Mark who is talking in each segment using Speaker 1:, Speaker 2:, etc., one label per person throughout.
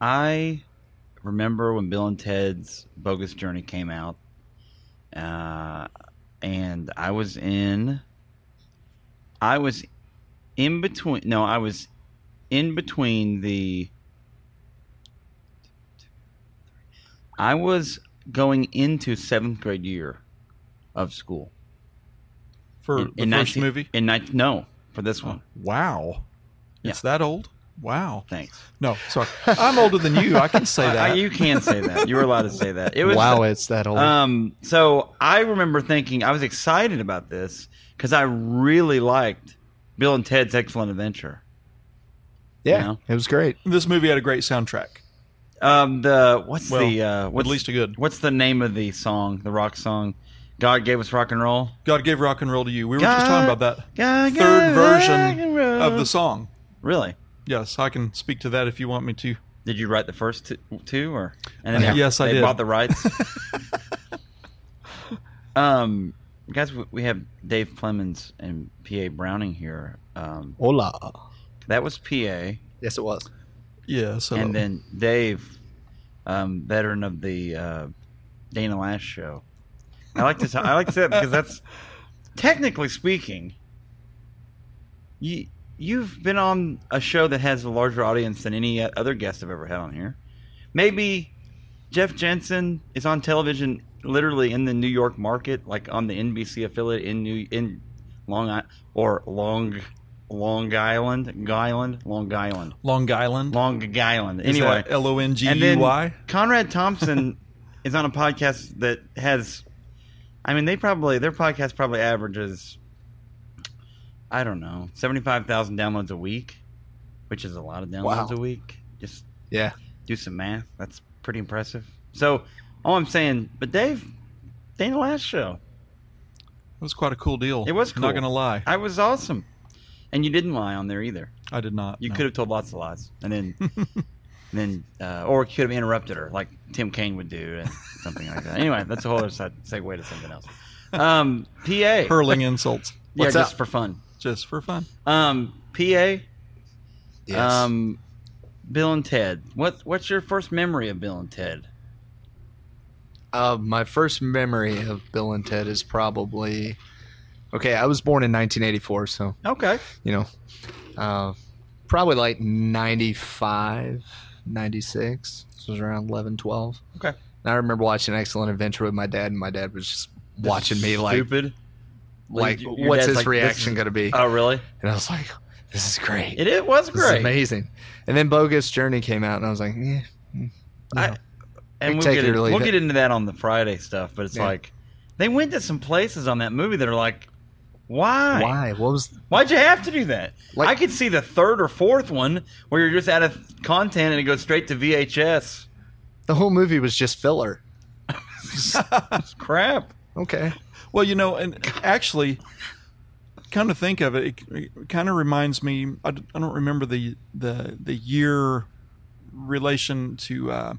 Speaker 1: I remember when Bill and Ted's Bogus Journey came out, uh, and I was in. I was in between. No, I was in between the. I was going into seventh grade year of school
Speaker 2: for
Speaker 1: in,
Speaker 2: the
Speaker 1: in
Speaker 2: first
Speaker 1: 19
Speaker 2: movie.
Speaker 1: In nine, no, for this one.
Speaker 2: Wow, it's that old. Wow.
Speaker 1: Thanks.
Speaker 2: No, sorry, I'm older than you. I can say
Speaker 1: I-
Speaker 2: that.
Speaker 1: you can say that. You were allowed to say that. It was
Speaker 3: wow, it's that old.
Speaker 1: Um, so I remember thinking I was excited about this because I really liked Bill and Ted's Excellent Adventure.
Speaker 3: yeah,
Speaker 1: no.
Speaker 3: it was great.
Speaker 2: this movie had a great soundtrack.
Speaker 1: Um, the what's
Speaker 2: Well,
Speaker 1: the uh, what's,
Speaker 2: at least a good.
Speaker 1: what's the name of the song? The rock song, "God Gave Us Rock and Roll."
Speaker 2: God gave rock and roll to you. We were
Speaker 1: God-
Speaker 2: just talking about that
Speaker 1: God
Speaker 2: third
Speaker 1: gave rock and
Speaker 2: version
Speaker 1: roll.
Speaker 2: of the song.
Speaker 1: Really?
Speaker 2: Yes, I can speak to that if you want me to.
Speaker 1: Did you write the first two, two or and then they,
Speaker 2: Uh, Yes, I
Speaker 1: they
Speaker 2: did.
Speaker 1: bought the rights. um, guys, we- we have Dave Clemens and P.A. Browning here. Um,
Speaker 3: Hola.
Speaker 1: that was P.A.
Speaker 3: Yes, it was.
Speaker 2: Yeah, so
Speaker 1: and then Dave, um, veteran of the uh, Dana Lash show. I like to t- I like to say that because that's technically speaking, you you've been on a show that has a larger audience than any other guest I've ever had on here. Maybe Jeff Jensen is on television literally in the New York market, like on the NBC affiliate in New in Long I- or Long Long Island, Guyland, Long Island.
Speaker 2: Long Island.
Speaker 1: Long Island.
Speaker 2: Is
Speaker 1: Anyway,
Speaker 2: that L O N G
Speaker 1: and
Speaker 2: E
Speaker 1: then
Speaker 2: Y.
Speaker 1: Conrad Thompson is on a podcast that has, I mean, they probably their podcast probably averages, I don't know, seventy five thousand downloads a week, which is a lot of downloads
Speaker 3: Wow.
Speaker 1: a week. Just
Speaker 3: Yeah.
Speaker 1: do some math. That's pretty impressive. So, all I'm saying, but Dave, Dana Last Show,
Speaker 2: It was quite a cool deal.
Speaker 1: It was cool.
Speaker 2: Not gonna lie,
Speaker 1: I was awesome, and you didn't lie on there either.
Speaker 2: I did not.
Speaker 1: You
Speaker 2: no.
Speaker 1: could have told lots of lies, and then, and then, uh, or could have interrupted her like Tim Kaine would do, and something like that. Anyway, that's a whole other side, segue to something else. Um, PA,
Speaker 2: hurling insults
Speaker 1: yeah,
Speaker 3: what's
Speaker 1: just
Speaker 3: up?
Speaker 1: for fun.
Speaker 2: just for fun.
Speaker 1: Um, PA,
Speaker 3: Yes.
Speaker 1: um, Bill and Ted. What what's your first memory of Bill and Ted?
Speaker 3: Uh, my first memory of Bill and Ted is probably okay. I was born in 1984, so
Speaker 1: Okay,
Speaker 3: you know, uh, probably like 95, 96. This was around 11, 12.
Speaker 1: Okay.
Speaker 3: And I remember watching Excellent Adventure with my dad, and my dad was just watching me like,
Speaker 1: stupid.
Speaker 3: like,
Speaker 1: Your
Speaker 3: what's
Speaker 1: dad's
Speaker 3: his
Speaker 1: like, this
Speaker 3: reaction
Speaker 1: is-
Speaker 3: going to be?
Speaker 1: Oh, really?
Speaker 3: and I was like, this is great.
Speaker 1: It, it was
Speaker 3: This is
Speaker 1: great.
Speaker 3: amazing. And then Bogus Journey came out, and I was like, eh,
Speaker 1: I, and
Speaker 3: We
Speaker 1: we'll
Speaker 3: take
Speaker 1: get,
Speaker 3: it or leave
Speaker 1: we'll
Speaker 3: it.
Speaker 1: get into that on the Friday stuff, but it's
Speaker 3: Yeah.
Speaker 1: like they went to some places on that movie that are like, why?
Speaker 3: why? What was
Speaker 1: Why'd you have to do that?
Speaker 3: Like-
Speaker 1: I could see the third or fourth one where you're just out of content and it goes straight to VHS.
Speaker 3: the whole movie was just filler?
Speaker 1: It's crap.
Speaker 3: Okay.
Speaker 2: Well, you know, and actually, come to think of it, it, it kind of reminds me. I, d- I don't remember the the the year relation to uh,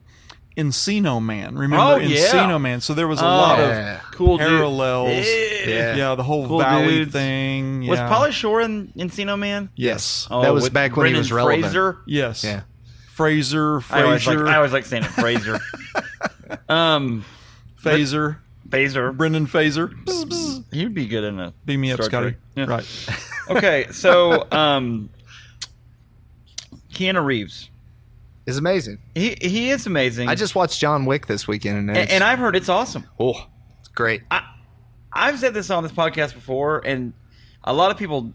Speaker 2: Encino Man. Remember
Speaker 1: Oh, yeah.
Speaker 2: Encino Man? So there was a
Speaker 1: Oh.
Speaker 2: lot of
Speaker 3: Yeah.
Speaker 1: Cool dude.
Speaker 2: parallels.
Speaker 1: Yeah.
Speaker 2: Yeah. the whole
Speaker 1: Cool
Speaker 2: Valley
Speaker 1: dudes.
Speaker 2: thing.
Speaker 1: Was
Speaker 2: yeah.
Speaker 1: Polly Shore in Encino Man?
Speaker 3: Yes.
Speaker 1: Oh,
Speaker 3: that was
Speaker 1: with
Speaker 3: back when
Speaker 1: Brendan
Speaker 3: he was relevant.
Speaker 1: Fraser?
Speaker 2: Yes.
Speaker 3: Yeah.
Speaker 2: Fraser,
Speaker 1: I always, like,
Speaker 2: Fraser,
Speaker 1: I always like saying it, Fraser. um,
Speaker 2: Phaser,
Speaker 1: Phaser.
Speaker 2: Brendan Phaser. Bzz, bzz.
Speaker 1: He'd be good in a
Speaker 2: Beat me up,
Speaker 1: Star
Speaker 2: Scotty.
Speaker 1: Trek. Yeah.
Speaker 2: Right.
Speaker 1: Okay, so um, Keanu Reeves.
Speaker 3: It's amazing.
Speaker 1: He he is amazing.
Speaker 3: I just watched John Wick this weekend, and,
Speaker 1: and,
Speaker 3: it's,
Speaker 1: and I've heard it's awesome.
Speaker 3: oh, it's great.
Speaker 1: I've said this on this podcast before, and a lot of people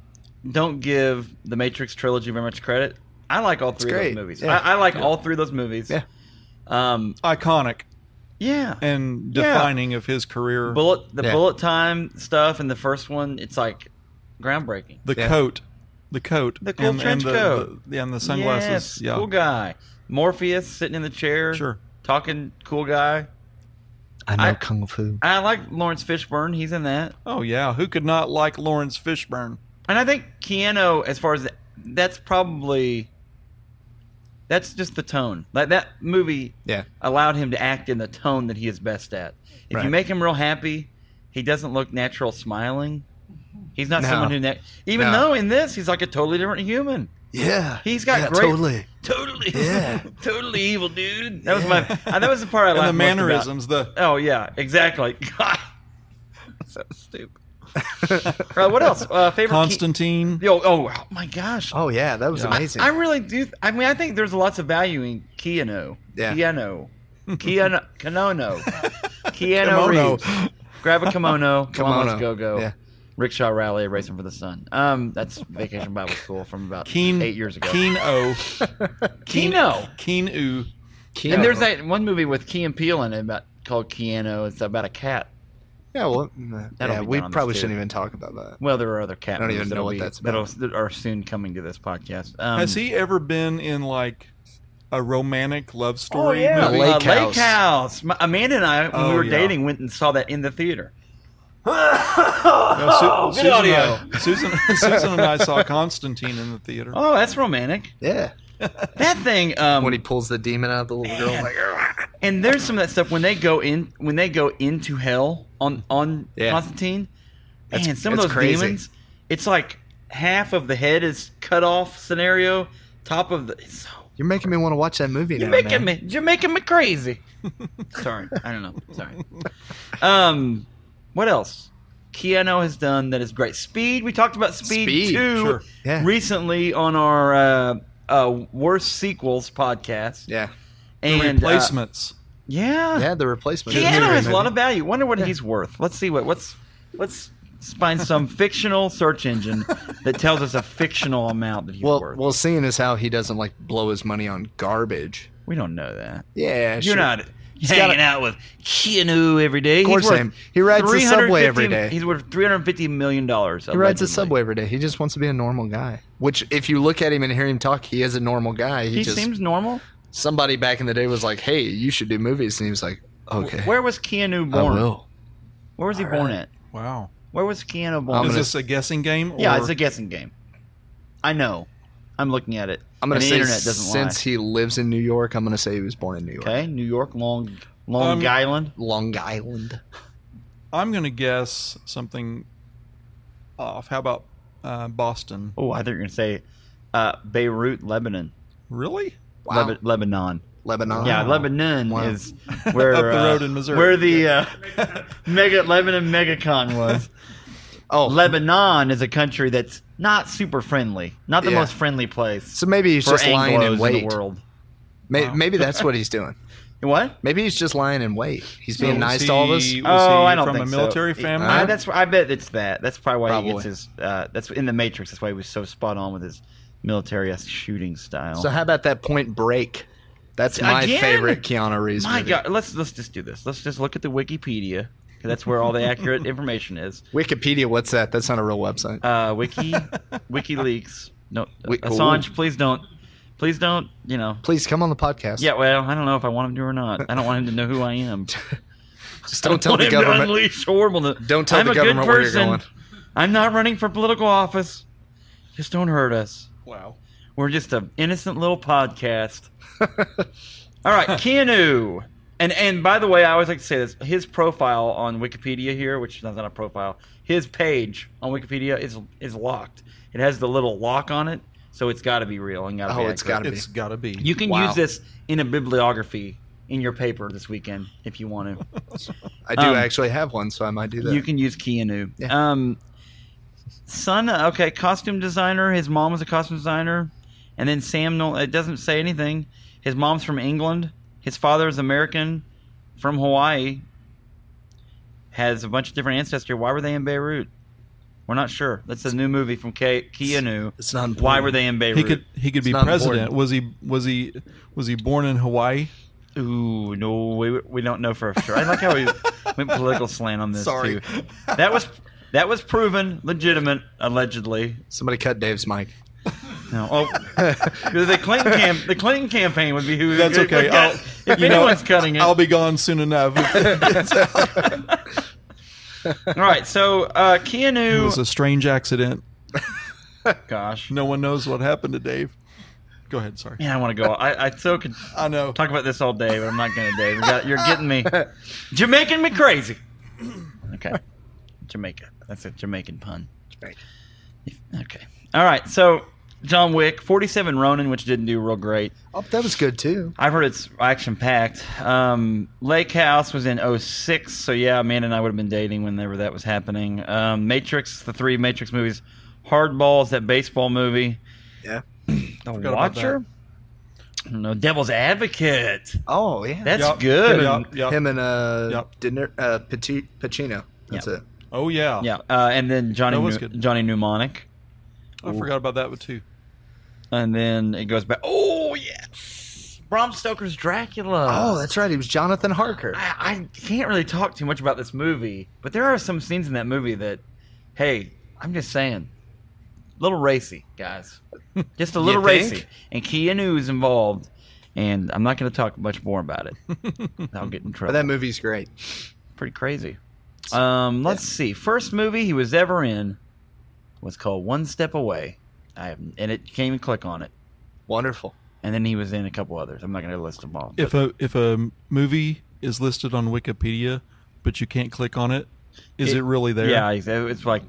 Speaker 1: don't give the Matrix trilogy very much credit. I like all three of those
Speaker 3: great,
Speaker 1: movies.
Speaker 3: yeah.
Speaker 1: I, I like all three of those movies.
Speaker 3: Yeah.
Speaker 1: Um.
Speaker 2: Iconic
Speaker 1: Yeah.
Speaker 2: and
Speaker 1: Yeah.
Speaker 2: defining of his career.
Speaker 1: Bullet the
Speaker 3: Yeah.
Speaker 1: bullet time stuff in the first one. It's like groundbreaking.
Speaker 2: the
Speaker 3: Yeah.
Speaker 2: coat, the coat,
Speaker 1: The cool trench
Speaker 2: the,
Speaker 1: coat.
Speaker 2: the- yeah, and the sunglasses.
Speaker 1: Yes,
Speaker 2: yeah,
Speaker 1: Cool guy. Morpheus sitting in the chair.
Speaker 2: sure.
Speaker 1: Talking. Cool guy.
Speaker 3: I know
Speaker 1: I-
Speaker 3: kung fu.
Speaker 1: I like Lawrence Fishburne. He's in that.
Speaker 2: Oh yeah, who could not like Lawrence Fishburne?
Speaker 1: And I think Keanu, as far as that, that's probably that's just the tone. Like that movie
Speaker 3: Yeah.
Speaker 1: allowed him to act in the tone that he is best at. If you
Speaker 3: Right.
Speaker 1: make him real happy, he doesn't look natural smiling. He's not
Speaker 3: No.
Speaker 1: someone who, na- even
Speaker 3: No.
Speaker 1: though in this he's like a totally different human.
Speaker 3: Yeah.
Speaker 1: He's got
Speaker 3: yeah,
Speaker 1: great-
Speaker 3: Totally.
Speaker 1: Totally,
Speaker 3: Yeah.
Speaker 1: totally evil, dude. That was my. uh, that was the part I
Speaker 2: and
Speaker 1: laughed
Speaker 2: the
Speaker 1: most about.
Speaker 2: mannerisms, the
Speaker 1: Oh yeah, exactly. God, so stupid. right, what else? Uh, favorite
Speaker 2: Constantine.
Speaker 1: Key- Yo, oh, oh my gosh.
Speaker 3: Oh yeah, that was
Speaker 2: Yeah.
Speaker 3: amazing.
Speaker 1: I really do. I mean, I think there's lots of value in Keanu.
Speaker 3: Yeah.
Speaker 1: Keanu. Keanu. Kanono. Keanu
Speaker 2: Kimono.
Speaker 1: Reeves. Grab a kimono. Come on, let's
Speaker 3: Kimono.
Speaker 1: go go.
Speaker 3: Yeah.
Speaker 1: Rickshaw rally, racing for the sun. Um, that's Vacation Bible School from about
Speaker 2: Keen,
Speaker 1: eight years ago.
Speaker 2: Keen O.
Speaker 1: Kino.
Speaker 2: Keen Oo.
Speaker 3: Keanu.
Speaker 1: And there's that one movie with Key and Peele in it about called Keanu. It's about a cat.
Speaker 3: Yeah, well,
Speaker 1: That'll
Speaker 3: yeah,
Speaker 1: be
Speaker 3: we
Speaker 1: done on this
Speaker 3: probably
Speaker 1: too.
Speaker 3: shouldn't even talk about that.
Speaker 1: Well, there are other cat.
Speaker 3: I don't
Speaker 1: movies
Speaker 3: even know
Speaker 1: that'll
Speaker 3: what
Speaker 1: be-
Speaker 3: that's
Speaker 1: that'll
Speaker 3: about.
Speaker 1: that are soon coming to this podcast. Um,
Speaker 2: Has he ever been in like a romantic love story
Speaker 1: Oh, yeah.
Speaker 2: movie?
Speaker 3: Lake
Speaker 1: Uh,
Speaker 3: House.
Speaker 1: House. My, Amanda and I, when we
Speaker 2: Oh,
Speaker 1: were
Speaker 2: yeah.
Speaker 1: dating, went and saw that in the theater.
Speaker 2: No, Uh, Su-
Speaker 1: oh,
Speaker 2: Susan, and I, Susan, Susan and I saw Constantine in the theater.
Speaker 1: Oh, that's romantic.
Speaker 3: Yeah,
Speaker 1: That thing. Um,
Speaker 3: when he pulls the demon out of the little girl, like, "Argh."
Speaker 1: and there's some of that stuff when they go in when they go into hell on on
Speaker 3: Yeah.
Speaker 1: Constantine.
Speaker 3: That's-
Speaker 1: man, some of
Speaker 3: that's
Speaker 1: those
Speaker 3: crazy.
Speaker 1: demons, it's like half of the head is cut off. Scenario, top of the. It's so
Speaker 3: you're making me want to watch that movie
Speaker 1: You're
Speaker 3: now.
Speaker 1: making
Speaker 3: man.
Speaker 1: me. You're making me crazy. Sorry, I don't know. Sorry. Um, what else? Keanu has done that is great. Speed. We talked about Speed,
Speaker 3: Speed,
Speaker 1: Two
Speaker 2: sure.
Speaker 3: Yeah.
Speaker 1: recently on our uh, uh, worst sequels podcast.
Speaker 3: Yeah,
Speaker 2: The
Speaker 1: And uh,
Speaker 2: replacements.
Speaker 1: yeah.
Speaker 3: yeah, the replacement.
Speaker 1: Keanu
Speaker 3: Good movie,
Speaker 1: has a lot
Speaker 3: movie.
Speaker 1: of value. Wonder what he's worth. Let's see what. Let's let's find some fictional search engine that tells us a fictional amount that he's
Speaker 3: Well,
Speaker 1: worth.
Speaker 3: well, seeing as how he doesn't like blow his money on garbage.
Speaker 1: we don't know that.
Speaker 3: Yeah,
Speaker 1: You're
Speaker 3: sure.
Speaker 1: not hanging
Speaker 3: gotta-
Speaker 1: out with Keanu every day. Of
Speaker 3: course I am. He rides the subway every day.
Speaker 1: He's worth three hundred fifty million dollars.
Speaker 3: He rides the subway every day. He just wants to be a normal guy. Which, if you look at him and hear him talk, he is a normal guy. He,
Speaker 1: He
Speaker 3: just
Speaker 1: seems normal.
Speaker 3: somebody back in the day was like, "Hey, you should do movies," and he was like, "Okay,
Speaker 1: Where was Keanu
Speaker 3: I
Speaker 1: born?
Speaker 3: will."
Speaker 1: Where was he
Speaker 3: All
Speaker 1: born
Speaker 3: right.
Speaker 1: at?
Speaker 2: Wow.
Speaker 1: Where was Keanu
Speaker 3: I'm
Speaker 1: born?
Speaker 2: Is
Speaker 3: gonna-
Speaker 2: this a guessing game? Or
Speaker 1: yeah, it's a guessing game. I know. I'm looking at it.
Speaker 3: I'm gonna
Speaker 1: and the
Speaker 3: say
Speaker 1: internet doesn't
Speaker 3: since he lives in New York, I'm gonna say he was born in New York,
Speaker 1: lie. Okay, New York, Long Long
Speaker 2: Um,
Speaker 1: Island.
Speaker 3: Long Island.
Speaker 2: I'm going to guess something off. How about uh, Boston?
Speaker 1: Oh, I thought you were gonna say uh, Beirut, Lebanon,
Speaker 2: Really?
Speaker 3: Wow,
Speaker 1: Leba- Lebanon.
Speaker 3: Lebanon.
Speaker 1: Yeah, Lebanon
Speaker 3: Oh, Wow.
Speaker 1: is where
Speaker 2: Up the
Speaker 1: uh,
Speaker 2: road in Missouri.
Speaker 1: Where the uh, mega Lebanon MegaCon was.
Speaker 3: Oh,
Speaker 1: Lebanon is a country that's not super friendly, not the
Speaker 3: Yeah.
Speaker 1: most friendly place
Speaker 3: so maybe he's
Speaker 1: for
Speaker 3: just lying
Speaker 1: Anglo's
Speaker 3: in
Speaker 1: in
Speaker 3: wait.
Speaker 1: the world.
Speaker 3: May-
Speaker 2: Wow.
Speaker 3: Maybe that's what he's doing.
Speaker 1: What?
Speaker 3: Maybe he's just lying in wait. He's being
Speaker 2: So
Speaker 3: nice
Speaker 2: was
Speaker 3: to all of us.
Speaker 2: he- was
Speaker 1: oh,
Speaker 2: he
Speaker 1: I don't
Speaker 2: from
Speaker 1: think
Speaker 2: a military
Speaker 1: so.
Speaker 2: family.
Speaker 1: I, that's I bet it's that. That's probably why he
Speaker 3: Probably.
Speaker 1: gets his. Uh, that's in the Matrix. That's why he was so spot on with his military shooting style.
Speaker 3: So how about that Point Break? That's my
Speaker 1: Again?
Speaker 3: favorite Keanu Reeves
Speaker 1: My
Speaker 3: movie.
Speaker 1: God, let's let's just do this. Let's just look at the Wikipedia. 'cause That's where all the accurate information is.
Speaker 3: Wikipedia, what's that? That's not a real website.
Speaker 1: Uh, Wiki, WikiLeaks. No,
Speaker 3: Wi-
Speaker 1: Assange, please don't, please don't. You know.
Speaker 3: Please come on the podcast.
Speaker 1: Yeah, well, I don't know if I want him to or not. I don't want him to know who I am.
Speaker 3: Just don't tell
Speaker 1: want
Speaker 3: the
Speaker 1: him to
Speaker 3: government.
Speaker 1: unleash horrible.
Speaker 3: Don't tell
Speaker 1: I'm
Speaker 3: the
Speaker 1: a good
Speaker 3: government where you're
Speaker 1: person.
Speaker 3: going.
Speaker 1: I'm not running for political office. Just don't hurt us.
Speaker 2: wow.
Speaker 1: We're just an innocent little podcast. All right, Keanu. And and by the way, I always like to say this: his profile on Wikipedia here, which is not a profile, his page on Wikipedia is is locked. It has the little lock on it, so it's got to be real and got to be.
Speaker 3: Oh, it's
Speaker 1: accurate.
Speaker 3: gotta
Speaker 2: It's got to be.
Speaker 1: You can
Speaker 3: Wow.
Speaker 1: use this in a bibliography in your paper this weekend if you want to.
Speaker 3: I do
Speaker 1: Um,
Speaker 3: actually have one, so I might do that.
Speaker 1: You can use Keanu.
Speaker 3: Yeah.
Speaker 1: Um, son, okay, costume designer. His mom was a costume designer, and then Sam. Nol- It doesn't say anything. His mom's from England. His father is American, from Hawaii. Has a bunch of different ancestry. Why were they in Beirut? We're not sure. That's a new movie from Ke- Keanu.
Speaker 3: It's not important.
Speaker 1: Why were they in Beirut?
Speaker 2: He could he could be
Speaker 3: not
Speaker 2: president.
Speaker 3: important.
Speaker 2: Was he was he was he born in Hawaii?
Speaker 1: Ooh, no, we, we don't know for sure. I like how we went political slant on this
Speaker 2: Sorry.
Speaker 1: too. That was that was proven legitimate, allegedly.
Speaker 3: Somebody cut Dave's mic.
Speaker 1: No, oh, the Clinton camp, the Clinton campaign would be who.
Speaker 2: That's
Speaker 1: who
Speaker 2: okay.
Speaker 1: got-
Speaker 2: I'll-
Speaker 1: if
Speaker 2: you know,
Speaker 1: anyone's cutting it,
Speaker 2: I'll be gone soon enough. it
Speaker 1: all right. So uh,
Speaker 2: was
Speaker 1: Keanu,
Speaker 2: a strange accident.
Speaker 1: gosh,
Speaker 2: No one knows what happened to Dave. Go ahead. Sorry.
Speaker 1: man, I want to go. I, I so could
Speaker 2: I know.
Speaker 1: talk about this all day, but I'm not going to, Dave. We got- You're getting me. You're making me crazy. Okay. Jamaica. That's a Jamaican pun.
Speaker 3: Jamaica.
Speaker 1: Okay. All right. So John Wick, 47 Ronin, which didn't do real great.
Speaker 3: Oh, that was good too.
Speaker 1: I've heard it's action packed. Um, Lake House was in 06, so yeah, Amanda and I would have been dating whenever that was happening. Um, Matrix, the three Matrix movies, Hardballs, that baseball movie.
Speaker 3: Yeah.
Speaker 1: The
Speaker 2: Forgot about
Speaker 1: Watcher. No, Devil's Advocate.
Speaker 3: Oh yeah,
Speaker 1: That's
Speaker 2: Yup,
Speaker 1: good.
Speaker 2: yup, yup.
Speaker 3: him and uh,
Speaker 2: Yep.
Speaker 3: Dinner, uh Pati- Pacino. That's it.
Speaker 2: Oh yeah.
Speaker 1: Yeah, uh, and then Johnny
Speaker 2: That was
Speaker 1: Nu-
Speaker 2: good.
Speaker 1: Johnny Mnemonic,
Speaker 2: I forgot about that one too.
Speaker 1: and then it goes back. Oh yes, Bram Stoker's Dracula.
Speaker 3: oh, that's right. He was Jonathan Harker.
Speaker 1: I, I can't really talk too much about this movie, but there are some scenes in that movie that, hey, I'm just saying, little racy, guys, just a little
Speaker 3: You think?
Speaker 1: racy. And Keanu is involved, and I'm not going to talk much more about it. I'll get in
Speaker 3: But
Speaker 1: trouble.
Speaker 3: Oh, that movie's great.
Speaker 1: Pretty crazy. Um, let's see. First movie he was ever in was called One Step Away. I have, and it you can't even click on it.
Speaker 3: Wonderful.
Speaker 1: And then he was in a couple others. I'm not going to list them all.
Speaker 2: If a if a movie is listed on Wikipedia, but you can't click on it, is
Speaker 1: It-
Speaker 2: it, really there?
Speaker 1: Yeah, uh, it's- it's like,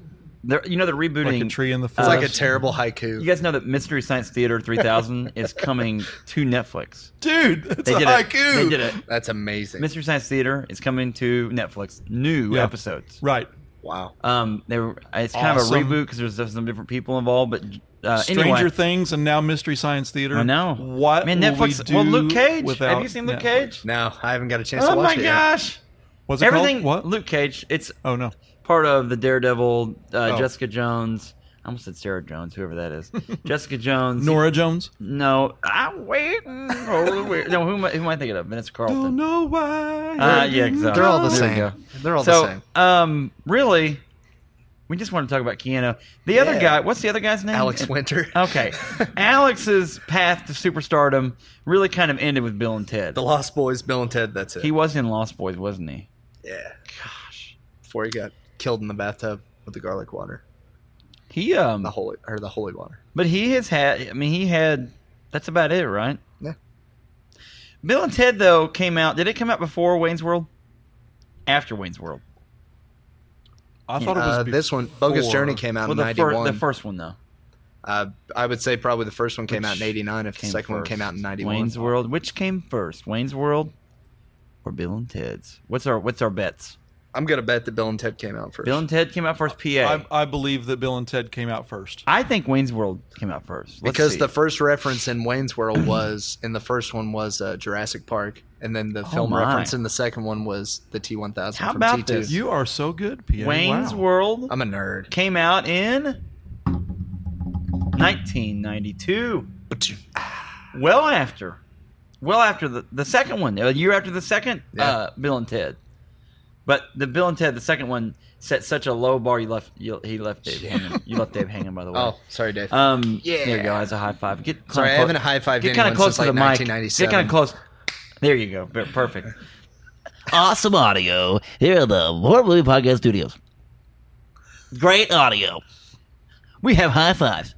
Speaker 1: they're- you know, they're
Speaker 2: like a
Speaker 1: rebooting
Speaker 2: tree in the
Speaker 3: It's
Speaker 2: forest.
Speaker 3: like a terrible haiku.
Speaker 1: You guys know that Mystery Science Theater 3000 is coming to Netflix.
Speaker 2: dude. It's
Speaker 1: They
Speaker 2: a
Speaker 1: did it.
Speaker 2: haiku.
Speaker 1: They did it.
Speaker 3: That's amazing.
Speaker 1: Mystery Science Theater is coming to Netflix. New
Speaker 2: Yeah.
Speaker 1: episodes.
Speaker 2: Right.
Speaker 3: Wow.
Speaker 1: Um, they were. It's kind of
Speaker 2: Awesome.
Speaker 1: a reboot because there's there's some different people involved. But uh,
Speaker 2: Stranger
Speaker 1: anyway,
Speaker 2: Things and now Mystery Science Theater.
Speaker 1: I know.
Speaker 2: What
Speaker 1: man,
Speaker 2: will we
Speaker 1: Netflix.
Speaker 2: do
Speaker 1: well, Luke Cage. Have
Speaker 2: without
Speaker 1: you seen Luke
Speaker 2: Netflix?
Speaker 1: Cage?
Speaker 3: No, I haven't got a chance
Speaker 1: Oh
Speaker 3: to watch
Speaker 1: my
Speaker 3: it. yet.
Speaker 1: gosh!
Speaker 2: What's it
Speaker 1: Everything.
Speaker 2: called? What?
Speaker 1: Luke Cage. It's
Speaker 2: Oh no.
Speaker 1: part of the Daredevil. Uh,
Speaker 2: Oh.
Speaker 1: Jessica Jones. I almost said Sarah Jones. Whoever that is. Jessica Jones.
Speaker 2: Nora Jones.
Speaker 1: No, I'm waiting. for wait. No, who am, I, who am I thinking of? Vince
Speaker 2: Don't
Speaker 1: Carlton.
Speaker 2: know why.
Speaker 1: Uh, yeah, exactly.
Speaker 3: They're all the
Speaker 1: There we
Speaker 3: same.
Speaker 1: go.
Speaker 3: They're all the
Speaker 1: So,
Speaker 3: same.
Speaker 1: um, really, we just want to talk about Keanu. The other
Speaker 3: Yeah.
Speaker 1: guy, what's the other guy's name?
Speaker 3: Alex Winter.
Speaker 1: Okay, Alex's path to superstardom really kind of ended with Bill and Ted.
Speaker 3: The Lost Boys, Bill and Ted. That's it.
Speaker 1: He was in Lost Boys, wasn't he?
Speaker 3: yeah.
Speaker 1: Gosh,
Speaker 3: Before he got killed in the bathtub with the garlic water,
Speaker 1: he um,
Speaker 3: the holy or the holy water.
Speaker 1: but he has had. I mean, he had. That's about it, right?
Speaker 3: Yeah.
Speaker 1: Bill and Ted though came out. Did it come out before Wayne's World? After Wayne's World.
Speaker 2: I thought it was
Speaker 3: Uh, this one, Bogus
Speaker 2: before.
Speaker 3: Journey, came out
Speaker 1: well,
Speaker 3: in
Speaker 1: the, fir-
Speaker 3: '91.
Speaker 1: the first one though.
Speaker 3: uh, I would say probably the first one came out in
Speaker 1: Which
Speaker 3: '89. If the
Speaker 1: came
Speaker 3: second one
Speaker 1: first?
Speaker 3: came out in '91,
Speaker 1: Wayne's World. Which came first, Wayne's World or Bill and Ted's? What's our What's our bets?
Speaker 3: I'm gonna bet that Bill and Ted came out first.
Speaker 1: Bill and Ted came out first. PA.
Speaker 2: I,
Speaker 1: I,
Speaker 2: I believe that Bill and Ted came out first.
Speaker 1: think Wayne's World came out first. Let's
Speaker 3: because
Speaker 1: see.
Speaker 3: the first reference in Wayne's World was in the first one was uh, Jurassic Park, and then the
Speaker 1: Oh
Speaker 3: film
Speaker 1: my.
Speaker 3: reference in the second one was the T1000
Speaker 1: How
Speaker 3: from
Speaker 1: about
Speaker 3: T2.
Speaker 1: this?
Speaker 2: You are so good, Pierre.
Speaker 1: Wayne's
Speaker 2: Wow.
Speaker 1: World
Speaker 3: I'm a nerd.
Speaker 1: came out in 1992. Well after, well after the the second one, a year after the second
Speaker 3: Yeah.
Speaker 1: uh, Bill and Ted. But the Bill and Ted, the second one, set such a low bar. You left. You, he left Dave. Hanging. You left Dave hanging. By the way.
Speaker 3: Oh, sorry, Dave.
Speaker 1: Um,
Speaker 3: Yeah.
Speaker 1: There you go. As a high five. Get kinda
Speaker 3: sorry, I
Speaker 1: clo-
Speaker 3: haven't high fived
Speaker 1: Get
Speaker 3: anyone
Speaker 1: kind of close
Speaker 3: since
Speaker 1: to
Speaker 3: like
Speaker 1: the mic. Get
Speaker 3: 1997.
Speaker 1: kind of close. There you go. Per- Perfect.
Speaker 4: awesome audio here at the Horror Movie Podcast Studios. Great audio. We have high fives.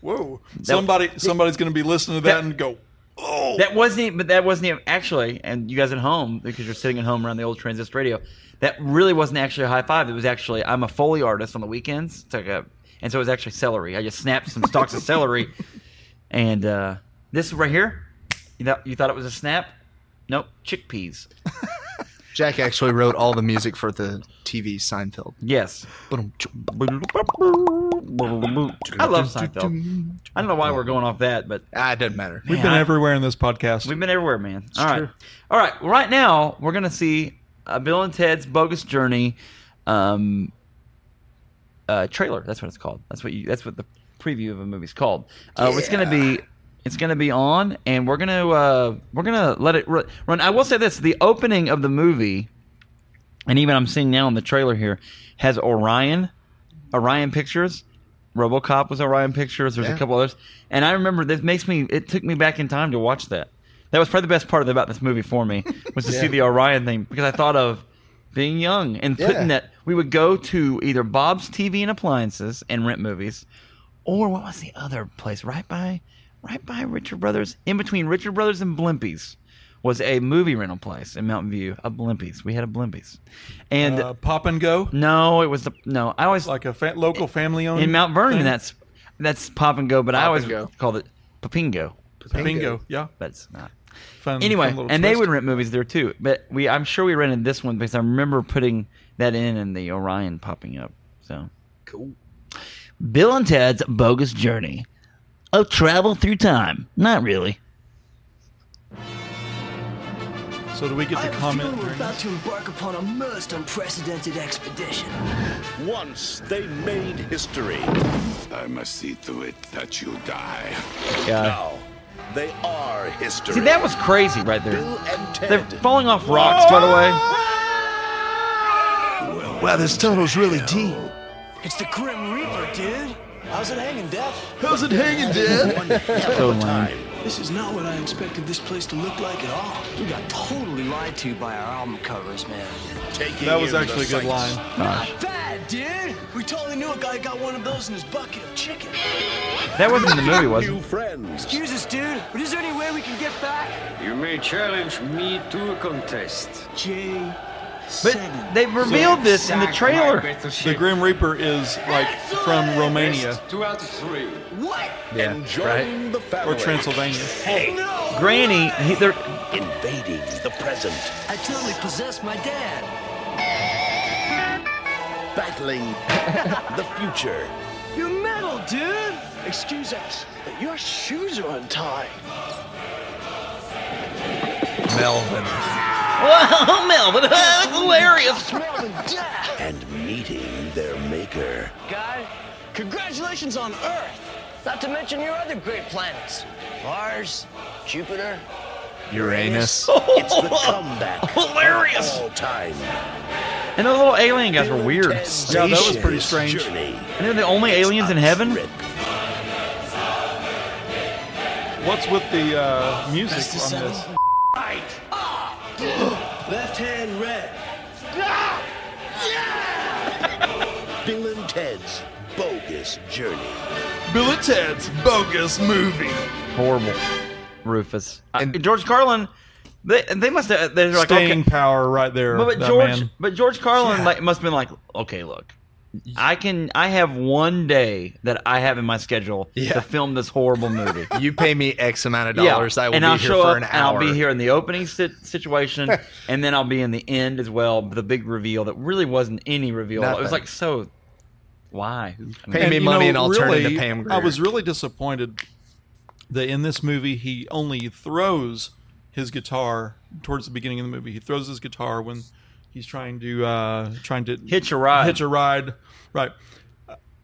Speaker 2: Whoa! Somebody, somebody's going to be listening to that, and go, "Oh,
Speaker 1: That wasn't. even- But that wasn't even actually. And you guys at home, because you're sitting at home around the old transist radio, that really wasn't actually a high five. It was actually I'm a foley artist on the weekends. It's like a, and so it was actually celery. I just snapped some stalks of celery, and uh, this right here, you thought you thought it was a snap? Nope, chickpeas.
Speaker 3: Jack actually wrote all the music for the TV Seinfeld.
Speaker 1: Yes. I love Seinfeld. I don't know why we're going off that, but
Speaker 3: Ah, it doesn't matter.
Speaker 2: we've been
Speaker 1: Man, I-
Speaker 2: everywhere in this podcast."
Speaker 1: we've been everywhere, man. All
Speaker 3: true.
Speaker 1: right, all right. Right now, we're gonna see uh, Bill and Ted's Bogus Journey um, uh, trailer. That's what it's called. That's what you. That's what the preview of a movie's called. Uh, It's gonna be. It's gonna be on, and we're gonna uh, we're gonna let it ru- run. I will say this: the opening of the movie, and even I'm seeing now in the trailer here, has Orion, Orion Pictures. RoboCop was Orion Pictures. There's
Speaker 3: Yeah.
Speaker 1: a couple others, and I remember this makes me. It took me back in time to watch that. That was probably the best part about this movie for me was to see the Orion thing because I thought of being young and putting
Speaker 3: Yeah.
Speaker 1: that we would go to either Bob's TV and appliances and rent movies, or what was the other place right by, right by Richard Brothers, in between Richard Brothers and Blimpies, was a movie rental place in Mountain View. A Blimpies, we had a Blimpies, and
Speaker 2: uh, Pop and Go,
Speaker 1: no, it was the no. I always
Speaker 2: like a fa- local family-owned
Speaker 1: in Mount Vernon.
Speaker 2: thing.
Speaker 1: That's That's pop and go, but I
Speaker 3: Pop
Speaker 1: always
Speaker 3: and go.
Speaker 1: called it Papingo.
Speaker 2: Bingo. Yeah.
Speaker 1: But it's not.
Speaker 2: Fun,
Speaker 1: anyway, and
Speaker 2: fun little
Speaker 1: they
Speaker 2: twist.
Speaker 1: would rent movies there too. But we, I'm sure we rented this one because I remember putting that in and the Orion popping up. So
Speaker 3: Cool.
Speaker 4: Bill and Ted's Bogus Journey. A Oh, travel through time. Not really.
Speaker 2: So do we get the
Speaker 5: I have a
Speaker 2: comment?
Speaker 5: feeling We're
Speaker 2: during
Speaker 5: about
Speaker 2: this?
Speaker 5: to embark upon a most unprecedented expedition.
Speaker 6: Once they made history.
Speaker 7: I must see to it that you die.
Speaker 1: yeah,
Speaker 6: Now they are history.
Speaker 1: see that was crazy right there.
Speaker 6: Bill and Ted.
Speaker 1: They're falling off rocks, by the way.
Speaker 8: Wow, this tunnel's really deep.
Speaker 5: It's the Grim Reaper, dude. How's it hanging, Death?
Speaker 8: How's it hanging, Dad?
Speaker 1: So lame.
Speaker 5: This is not what I expected this place to look like at all. We got totally lied to by our album covers, man.
Speaker 6: Taking
Speaker 2: That was
Speaker 6: in the
Speaker 2: actually a good
Speaker 6: sights.
Speaker 2: line.
Speaker 5: Not bad, dude. We totally knew a guy got one of those in his bucket of chicken.
Speaker 1: That wasn't in the movie, was
Speaker 6: New
Speaker 1: it?
Speaker 6: friends.
Speaker 5: Excuse us, dude, but is there any way we can get back?
Speaker 9: You may challenge me to a contest.
Speaker 5: J.
Speaker 1: But they revealed this in the trailer.
Speaker 2: The Grim Reaper is like from Romania
Speaker 9: Two out of three.
Speaker 5: What?
Speaker 1: Yeah,
Speaker 6: Join the family.
Speaker 2: or Transylvania.
Speaker 5: No!
Speaker 1: Granny, he, they're
Speaker 6: Invading the present.
Speaker 5: I totally possessed my dad.
Speaker 6: Battling the future.
Speaker 5: You're metal, dude. Excuse us, but your shoes are untied.
Speaker 4: Whoa, Melvin, that's hilarious.
Speaker 5: Melvin, dad.
Speaker 6: And meeting their maker.
Speaker 5: Guy, congratulations on Earth. Not to mention your other great planets. Mars, Jupiter.
Speaker 3: Uranus.
Speaker 6: It's the comeback.
Speaker 1: Hilarious.
Speaker 6: Of all time.
Speaker 1: and those little alien guys were weird.
Speaker 6: Ted's
Speaker 2: Yeah, that was pretty strange.
Speaker 6: Journey.
Speaker 1: And they're the only aliens in heaven.
Speaker 6: Rick.
Speaker 2: What's with the uh, music
Speaker 5: That's the
Speaker 2: on
Speaker 5: sound.
Speaker 2: this?
Speaker 5: Left hand red.
Speaker 6: Bill and Ted's bogus journey.
Speaker 2: Bill and Ted's bogus movie.
Speaker 1: Horrible, Rufus. And
Speaker 3: And-
Speaker 1: George Carlin. They, they must have. They're like okay,
Speaker 2: Staying power right there.
Speaker 1: But, but
Speaker 2: that
Speaker 1: George,
Speaker 2: man.
Speaker 1: but George Carlin like must have been like, okay, look, I can, I have one day that I have in my schedule to film this horrible movie.
Speaker 3: You pay me X amount of dollars, I will
Speaker 1: and
Speaker 3: be
Speaker 1: I'll
Speaker 3: here
Speaker 1: show
Speaker 3: for
Speaker 1: up,
Speaker 3: an hour.
Speaker 1: and I'll be here in the opening sit- situation, and then I'll be in the end as well. The big reveal that really wasn't any reveal. It was
Speaker 3: Nothing.
Speaker 1: like so. Why? Who- I
Speaker 3: Pay me
Speaker 2: you
Speaker 3: money and I'll turn
Speaker 2: really,
Speaker 3: into Pam Grier.
Speaker 2: I was really disappointed that in this movie he only throws his guitar towards the beginning of the movie. He throws his guitar when he's trying to uh, trying to
Speaker 1: Hitch a ride.
Speaker 2: Hitch a ride, right?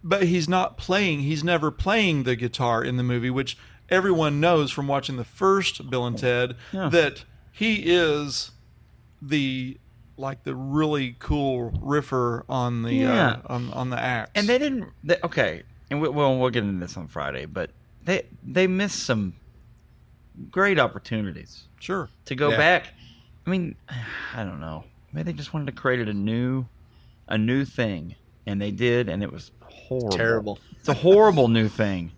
Speaker 2: But he's not playing. He's never playing the guitar in the movie, which everyone knows from watching the first Bill and Ted
Speaker 1: Yeah.
Speaker 2: that he is the like the really cool riffer on the
Speaker 1: Yeah.
Speaker 2: uh, on, on the axe.
Speaker 1: And they didn't. They, okay, and we, we'll we'll get into this on Friday, but they they missed some great opportunities.
Speaker 2: sure.
Speaker 1: to go
Speaker 3: Yeah.
Speaker 1: back. I mean, I don't know. Maybe they just wanted to create a new, a new thing, and they did, and it was horrible.
Speaker 3: Terrible.
Speaker 1: It's a horrible new thing.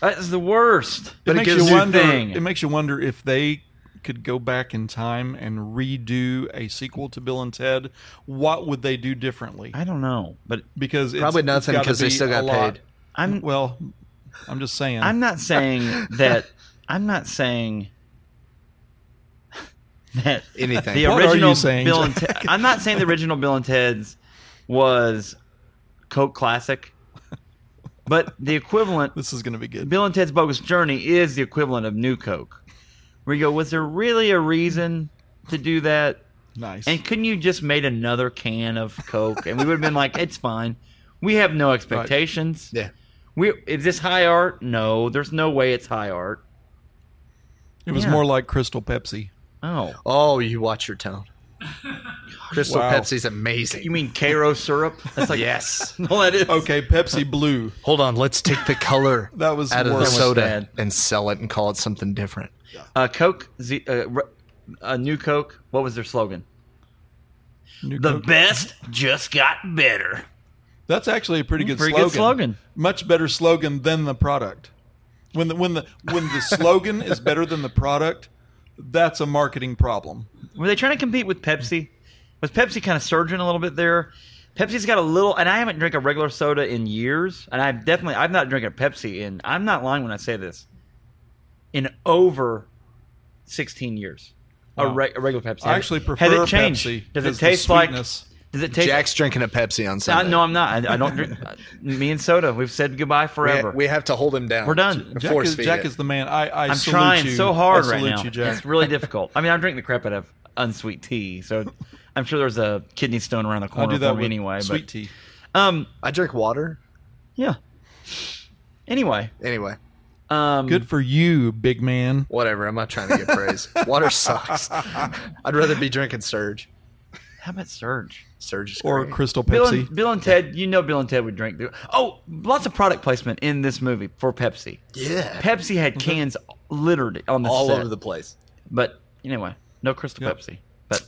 Speaker 1: That is the worst.
Speaker 2: But it,
Speaker 1: it
Speaker 2: makes
Speaker 1: gives
Speaker 2: you
Speaker 1: you
Speaker 2: wonder.
Speaker 1: thing.
Speaker 2: It makes you wonder if they could go back in time and redo a sequel to Bill and Ted, what would they do differently?
Speaker 1: I don't know, but
Speaker 2: Because it's,
Speaker 3: Probably
Speaker 2: it's
Speaker 3: nothing
Speaker 2: gotta
Speaker 3: because they
Speaker 2: be
Speaker 3: still
Speaker 2: a
Speaker 3: got
Speaker 2: lot.
Speaker 3: paid.
Speaker 1: I'm
Speaker 2: Well, I'm just saying.
Speaker 1: I'm not saying that. I'm not saying that
Speaker 3: Anything.
Speaker 1: the
Speaker 2: What are you
Speaker 1: original
Speaker 2: saying,
Speaker 1: Bill and Ted. I'm not saying the original Bill and Ted's was Coke classic, but the equivalent
Speaker 2: this is going to be good.
Speaker 1: Bill and Ted's Bogus Journey is the equivalent of New Coke. Where you go, was there really a reason to do that?
Speaker 2: nice.
Speaker 1: And couldn't you just made another can of Coke? And we would have been like, it's fine. We have no expectations.
Speaker 3: Yeah.
Speaker 1: We is this high art? No, there's no way it's high art.
Speaker 2: it was
Speaker 1: yeah.
Speaker 2: more like Crystal Pepsi.
Speaker 1: Oh,
Speaker 3: Oh, you watch your tone. Crystal
Speaker 2: Wow.
Speaker 3: Pepsi's amazing.
Speaker 1: you mean Cairo syrup? That's like
Speaker 3: yes.
Speaker 1: all that is.
Speaker 2: Okay, Pepsi Blue.
Speaker 3: Hold on, let's take the color
Speaker 2: That was
Speaker 3: out of the
Speaker 2: worse.
Speaker 3: soda
Speaker 1: bad.
Speaker 3: and sell it and call it something different.
Speaker 1: Uh, Coke, Z, uh, r- uh, New Coke. What was their slogan?
Speaker 2: New
Speaker 4: The
Speaker 2: Coke.
Speaker 4: best just got better.
Speaker 2: That's actually a pretty good
Speaker 1: Pretty
Speaker 2: slogan.
Speaker 1: good slogan.
Speaker 2: Much better slogan than the product. When the when the when the slogan is better than the product, that's a marketing problem.
Speaker 1: Were they trying to compete with Pepsi? Was Pepsi kind of surging a little bit there? Pepsi's got a little, and I haven't drank a regular soda in years, and I've definitely I've not drank a Pepsi in I'm not lying when I say this, in over sixteen years. A,
Speaker 2: Wow.
Speaker 1: re- a regular Pepsi.
Speaker 2: I actually prefer
Speaker 1: Has it changed?
Speaker 2: Pepsi
Speaker 1: Does it
Speaker 2: 'cause the
Speaker 1: taste like? Does
Speaker 2: sweetness.
Speaker 1: it taste?
Speaker 3: Jack's drinking a Pepsi on
Speaker 1: I,
Speaker 3: Sunday.
Speaker 1: no, I'm not. I, I don't drink. me and soda. We've said goodbye
Speaker 3: We ha-
Speaker 1: forever.
Speaker 3: We have to hold him down.
Speaker 1: We're done.
Speaker 3: And
Speaker 2: Jack,
Speaker 3: force
Speaker 2: is,
Speaker 3: feed
Speaker 2: Jack
Speaker 3: it.
Speaker 2: is the man. I, I
Speaker 1: I'm
Speaker 2: salute
Speaker 1: trying
Speaker 2: you.
Speaker 1: so hard
Speaker 2: I
Speaker 1: right
Speaker 2: salute
Speaker 1: now.
Speaker 2: You, Jack.
Speaker 1: It's really difficult. I mean, I drink the crap out of unsweet tea, so I'm sure there's a kidney stone around the
Speaker 2: I'll
Speaker 1: corner
Speaker 2: do that
Speaker 1: for me
Speaker 2: with
Speaker 1: anyway.
Speaker 2: sweet tea.
Speaker 1: But um,
Speaker 3: I drink water
Speaker 1: yeah. Anyway,
Speaker 3: anyway.
Speaker 1: um,
Speaker 2: Good for you, big man.
Speaker 3: Whatever. I'm not trying to get praise. Water sucks. I'd rather be drinking Surge.
Speaker 1: How about Surge?
Speaker 3: Surge is
Speaker 2: Or
Speaker 3: great.
Speaker 2: Crystal
Speaker 1: Bill
Speaker 2: Pepsi.
Speaker 1: and, Bill and Ted, you know Bill and Ted would drink. the- Oh, lots of product placement in this movie for Pepsi.
Speaker 3: yeah,
Speaker 1: Pepsi had
Speaker 2: Mm-hmm.
Speaker 1: cans littered on the
Speaker 3: all
Speaker 1: set.
Speaker 3: over the place.
Speaker 1: but anyway, no Crystal
Speaker 2: Yep.
Speaker 1: Pepsi. But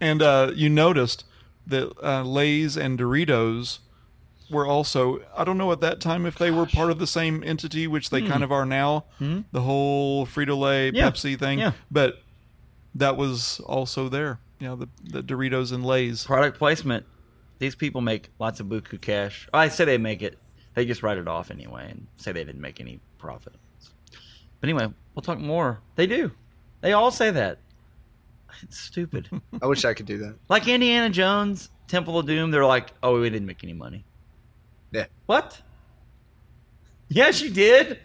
Speaker 2: And uh, you noticed that uh, Lay's and Doritos were also, I don't know at that time if they were part of the same entity, which they kind of are now, the whole Frito Lay
Speaker 1: Hmm. Yeah.
Speaker 2: Pepsi thing.
Speaker 1: Yeah.
Speaker 2: But that was also there. You know, the, the Doritos and Lay's.
Speaker 1: product placement. These people make lots of buku cash. I say they make it. They just write it off anyway and say they didn't make any profit. But anyway, we'll talk more. They do. They all say that. It's stupid.
Speaker 3: I wish I could do that.
Speaker 1: like Indiana Jones, Temple of Doom, they're like, oh, we didn't make any money.
Speaker 3: Yeah.
Speaker 1: What? Yes, you did.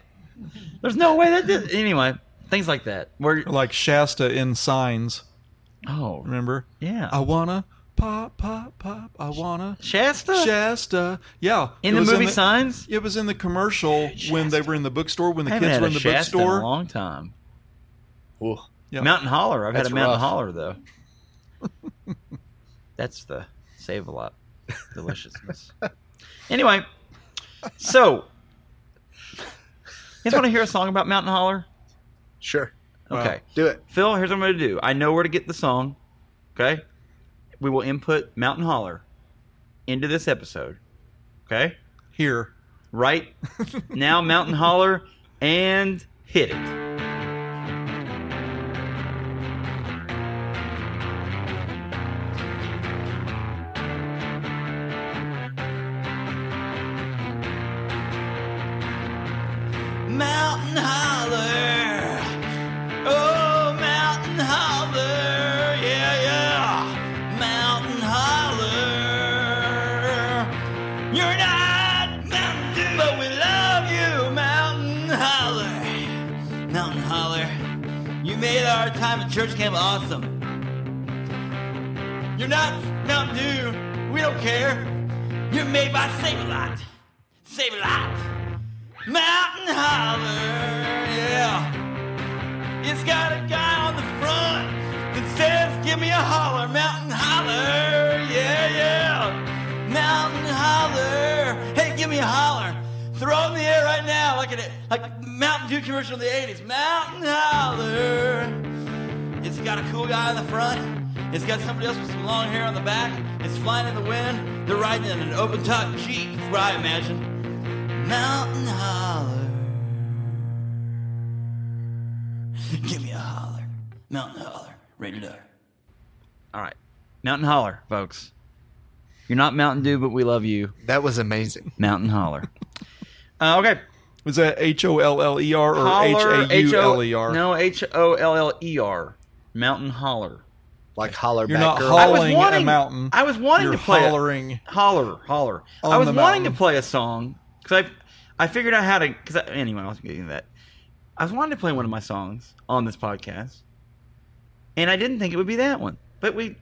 Speaker 1: There's no way that did. Anyway, things like that. Where?
Speaker 2: Like Shasta in Signs,
Speaker 1: Oh,
Speaker 2: remember?
Speaker 1: yeah.
Speaker 2: I wanna pop, pop, pop. I wanna
Speaker 1: Shasta
Speaker 2: Shasta. Yeah.
Speaker 1: in
Speaker 2: it
Speaker 1: the
Speaker 2: was
Speaker 1: movie Signs.
Speaker 2: It was in the commercial when they were in the bookstore, when the
Speaker 1: I haven't
Speaker 2: kids
Speaker 1: had
Speaker 2: were
Speaker 1: a
Speaker 2: in the
Speaker 1: Shasta in a
Speaker 2: bookstore.
Speaker 1: long time.
Speaker 3: Ooh.
Speaker 2: Yeah.
Speaker 1: Mountain Holler. I've had
Speaker 3: That's
Speaker 1: a Mountain
Speaker 3: rough.
Speaker 1: Holler though. That's the save a lot deliciousness. anyway, so you guys want to hear a song about Mountain Holler?
Speaker 3: Sure,
Speaker 1: Okay.
Speaker 3: do it.
Speaker 1: Phil, here's what I'm going to do. I know where to get the song. Okay. We will input Mountain Holler into this episode. Okay.
Speaker 2: Here.
Speaker 1: Right now, Mountain Holler and hit it.
Speaker 5: Mountain Holler. Oh, Mountain Holler. Yeah, yeah. Mountain Holler. You're not Mountain Dew, but we love you, Mountain Holler. Mountain Holler. You made our time at church camp awesome. You're not Mountain Dew. We don't care. You're made by Save a Lot. Save a Lot. Mountain Holler, yeah. It's got a guy on the front that says, Give me a holler, Mountain Holler, yeah, yeah. Mountain Holler, hey, give me a holler. Throw it in the air right now, like a like Mountain Dew commercial in the 80s. Mountain Holler. It's got a cool guy in the front. It's got somebody else with some long hair on the back. It's flying in the wind. They're riding in an open top Jeep, is what I imagine. Mountain Holler. Give me a holler. Mountain Holler. Rated R.
Speaker 1: All right. Mountain Holler, folks. You're not Mountain Dew, but we love you,
Speaker 3: That was amazing.
Speaker 1: Mountain Holler. uh, okay.
Speaker 2: Was that H O L L E R or H
Speaker 1: Holler,
Speaker 2: A U L E R?
Speaker 1: H-O- No, H O L L E R. Mountain Holler.
Speaker 3: Like holler
Speaker 2: You're not
Speaker 3: back, girl.
Speaker 1: I was
Speaker 2: hauling
Speaker 1: wanting-
Speaker 2: a mountain.
Speaker 1: I was wanting
Speaker 2: You're
Speaker 1: to play it.
Speaker 2: hollering.
Speaker 1: holler, holler.
Speaker 2: On
Speaker 1: I was
Speaker 2: the
Speaker 1: wanting to
Speaker 2: mountain.
Speaker 1: play a song because I, I figured out how to. Because anyway, I was getting into that. I was wanting to play one of my songs on this podcast, and I didn't think it would be that one. But we,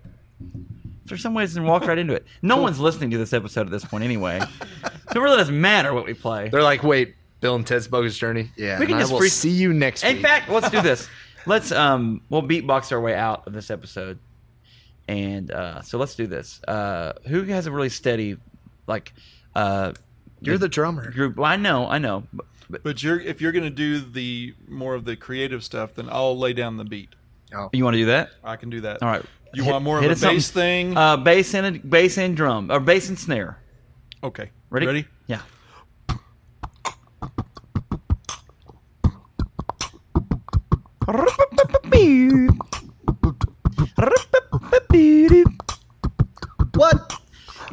Speaker 1: for some reason, walked right into it. No one's listening to this episode at this point anyway, so it really doesn't matter what we play.
Speaker 3: They're like, wait, Bill and Ted's Bogus Journey. Yeah,
Speaker 1: We can
Speaker 3: and I
Speaker 1: just
Speaker 3: will
Speaker 1: free-
Speaker 3: see you next
Speaker 1: In
Speaker 3: week.
Speaker 1: fact, let's do this. Let's um, we'll beatbox our way out of this episode, and uh, so let's do this. Uh, who has a really steady, like, uh,
Speaker 3: you're the drummer.
Speaker 1: group? Well, I know, I know. But, but
Speaker 2: But you're if you're gonna do the more of the creative stuff, then I'll lay down the beat.
Speaker 3: Oh,
Speaker 1: You want to do that?
Speaker 2: I can do that.
Speaker 1: All right.
Speaker 2: You
Speaker 1: Hit-
Speaker 2: want more of
Speaker 1: hit
Speaker 2: a
Speaker 1: us something.
Speaker 2: bass thing?
Speaker 1: Uh, bass and a, bass and drum or bass and snare.
Speaker 2: okay.
Speaker 1: Ready?
Speaker 2: Ready?
Speaker 1: Yeah.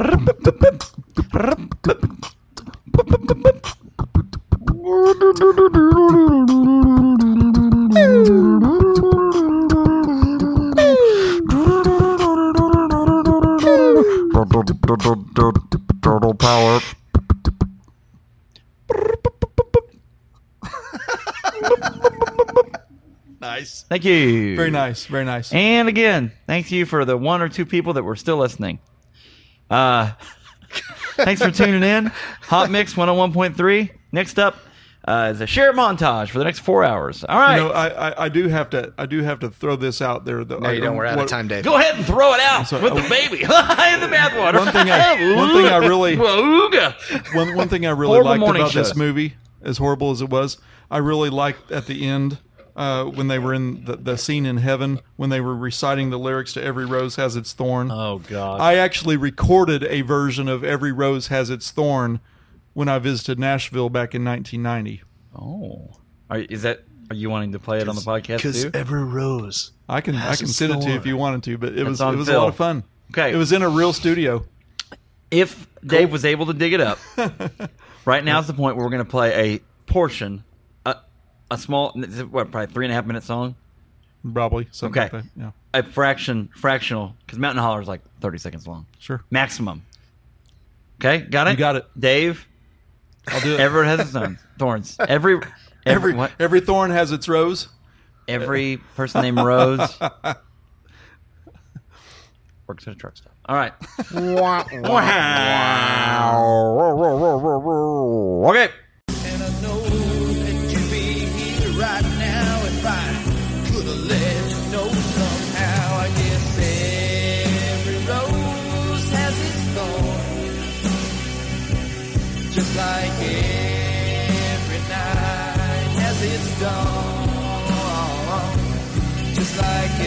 Speaker 3: What?
Speaker 10: Turtle power.
Speaker 2: Nice.
Speaker 1: Thank you.
Speaker 2: Very nice. Very nice.
Speaker 1: And again, thank you for the one or two people that were still listening. Uh, thanks for tuning in. Hot Mix 101.3. Next up uh, is a share montage for the next four hours. All right.
Speaker 2: You know, I, I, I do have to I do have to throw this out there though.
Speaker 3: No,
Speaker 2: I
Speaker 3: you don't. We're out of
Speaker 2: what-
Speaker 3: time, Dave.
Speaker 1: Go ahead and throw it out
Speaker 2: sorry,
Speaker 1: with
Speaker 2: I-
Speaker 1: the baby in the bathwater.
Speaker 2: One thing I- one thing I really-
Speaker 1: Wooga.
Speaker 2: One one thing I really
Speaker 1: Horrible
Speaker 2: liked
Speaker 1: morning
Speaker 2: about this
Speaker 1: shows.
Speaker 2: movie, as horrible as it was, I really liked at the end uh, when they were in the, the scene in heaven when they were reciting the lyrics to "Every Rose Has Its Thorn."
Speaker 3: Oh God.
Speaker 2: I actually recorded a version of "Every Rose Has Its Thorn" when I visited Nashville back in 1990.
Speaker 1: Oh. Are, is that. Are you wanting to play it on the podcast
Speaker 3: Because
Speaker 1: too?
Speaker 3: every rose.
Speaker 2: I can I
Speaker 3: Has
Speaker 2: can
Speaker 3: its
Speaker 2: send it to you if
Speaker 3: thorn.
Speaker 2: you wanted to, but it was
Speaker 1: on
Speaker 2: it was a
Speaker 1: Phil.
Speaker 2: lot of fun.
Speaker 1: Okay.
Speaker 2: It was in a real studio.
Speaker 1: if Dave was able to dig it up, right now is the point where we're going to play a portion, a, a small, what, probably three and a half minute song,
Speaker 2: Probably. Something
Speaker 1: Okay.
Speaker 2: Like that. Yeah.
Speaker 1: a fraction, fractional, because Mountain Holler is like 30 seconds long,
Speaker 2: Sure.
Speaker 1: maximum. Okay, got it.
Speaker 2: You got it.
Speaker 1: Dave.
Speaker 2: I'll do it.
Speaker 1: Everett has his own thorns. Every, every,
Speaker 2: every
Speaker 1: what?
Speaker 2: every thorn has its rose.
Speaker 1: every person named Rose works at a truck stop. All right. okay.
Speaker 5: And I know that you'd be here right now if I could have let you know somehow. I guess every rose has its thorn, just like every night has its dawn, just like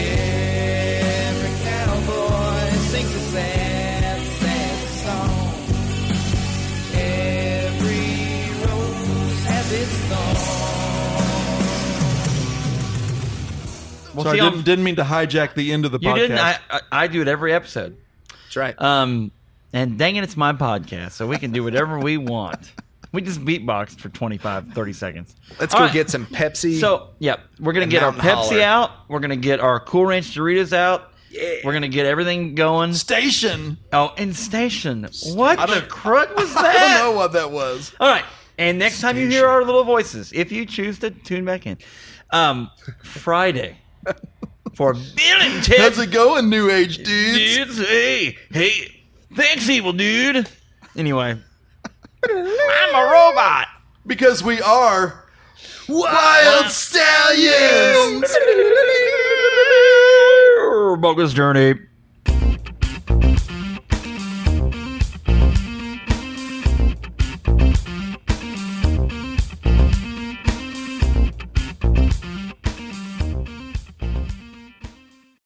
Speaker 5: every cowboy sings a sad, sad song. Every rose has its thorn.
Speaker 1: Well,
Speaker 2: Sorry,
Speaker 1: see,
Speaker 2: didn't,
Speaker 1: I'm-
Speaker 2: didn't mean to hijack the end of the
Speaker 1: you
Speaker 2: podcast.
Speaker 1: didn't. I, I, I do it every episode.
Speaker 3: That's right.
Speaker 1: Um, and dang it, it's my podcast, so we can do whatever we want. We just beatboxed for 25, 30 seconds.
Speaker 3: Let's
Speaker 1: All
Speaker 3: go
Speaker 1: right.
Speaker 3: get some Pepsi.
Speaker 1: So, yeah, we're going
Speaker 3: And
Speaker 1: to get our
Speaker 3: Mountain
Speaker 1: Pepsi
Speaker 3: Holler.
Speaker 1: out. We're going to get our Cool Ranch Doritos out. We're going to get everything going.
Speaker 2: Station.
Speaker 1: Oh, and station. What the crud was that?
Speaker 3: I don't know what that was.
Speaker 1: All right. And next time you hear our little voices, if you choose to tune back in, um, Friday for Bill and Ted's
Speaker 3: How's it going, New Age
Speaker 1: dudes.
Speaker 3: dudes?
Speaker 1: Hey, hey, thanks, evil dude. Anyway, I'm a robot.
Speaker 3: Because we are wild stallions.
Speaker 1: Bogus journey.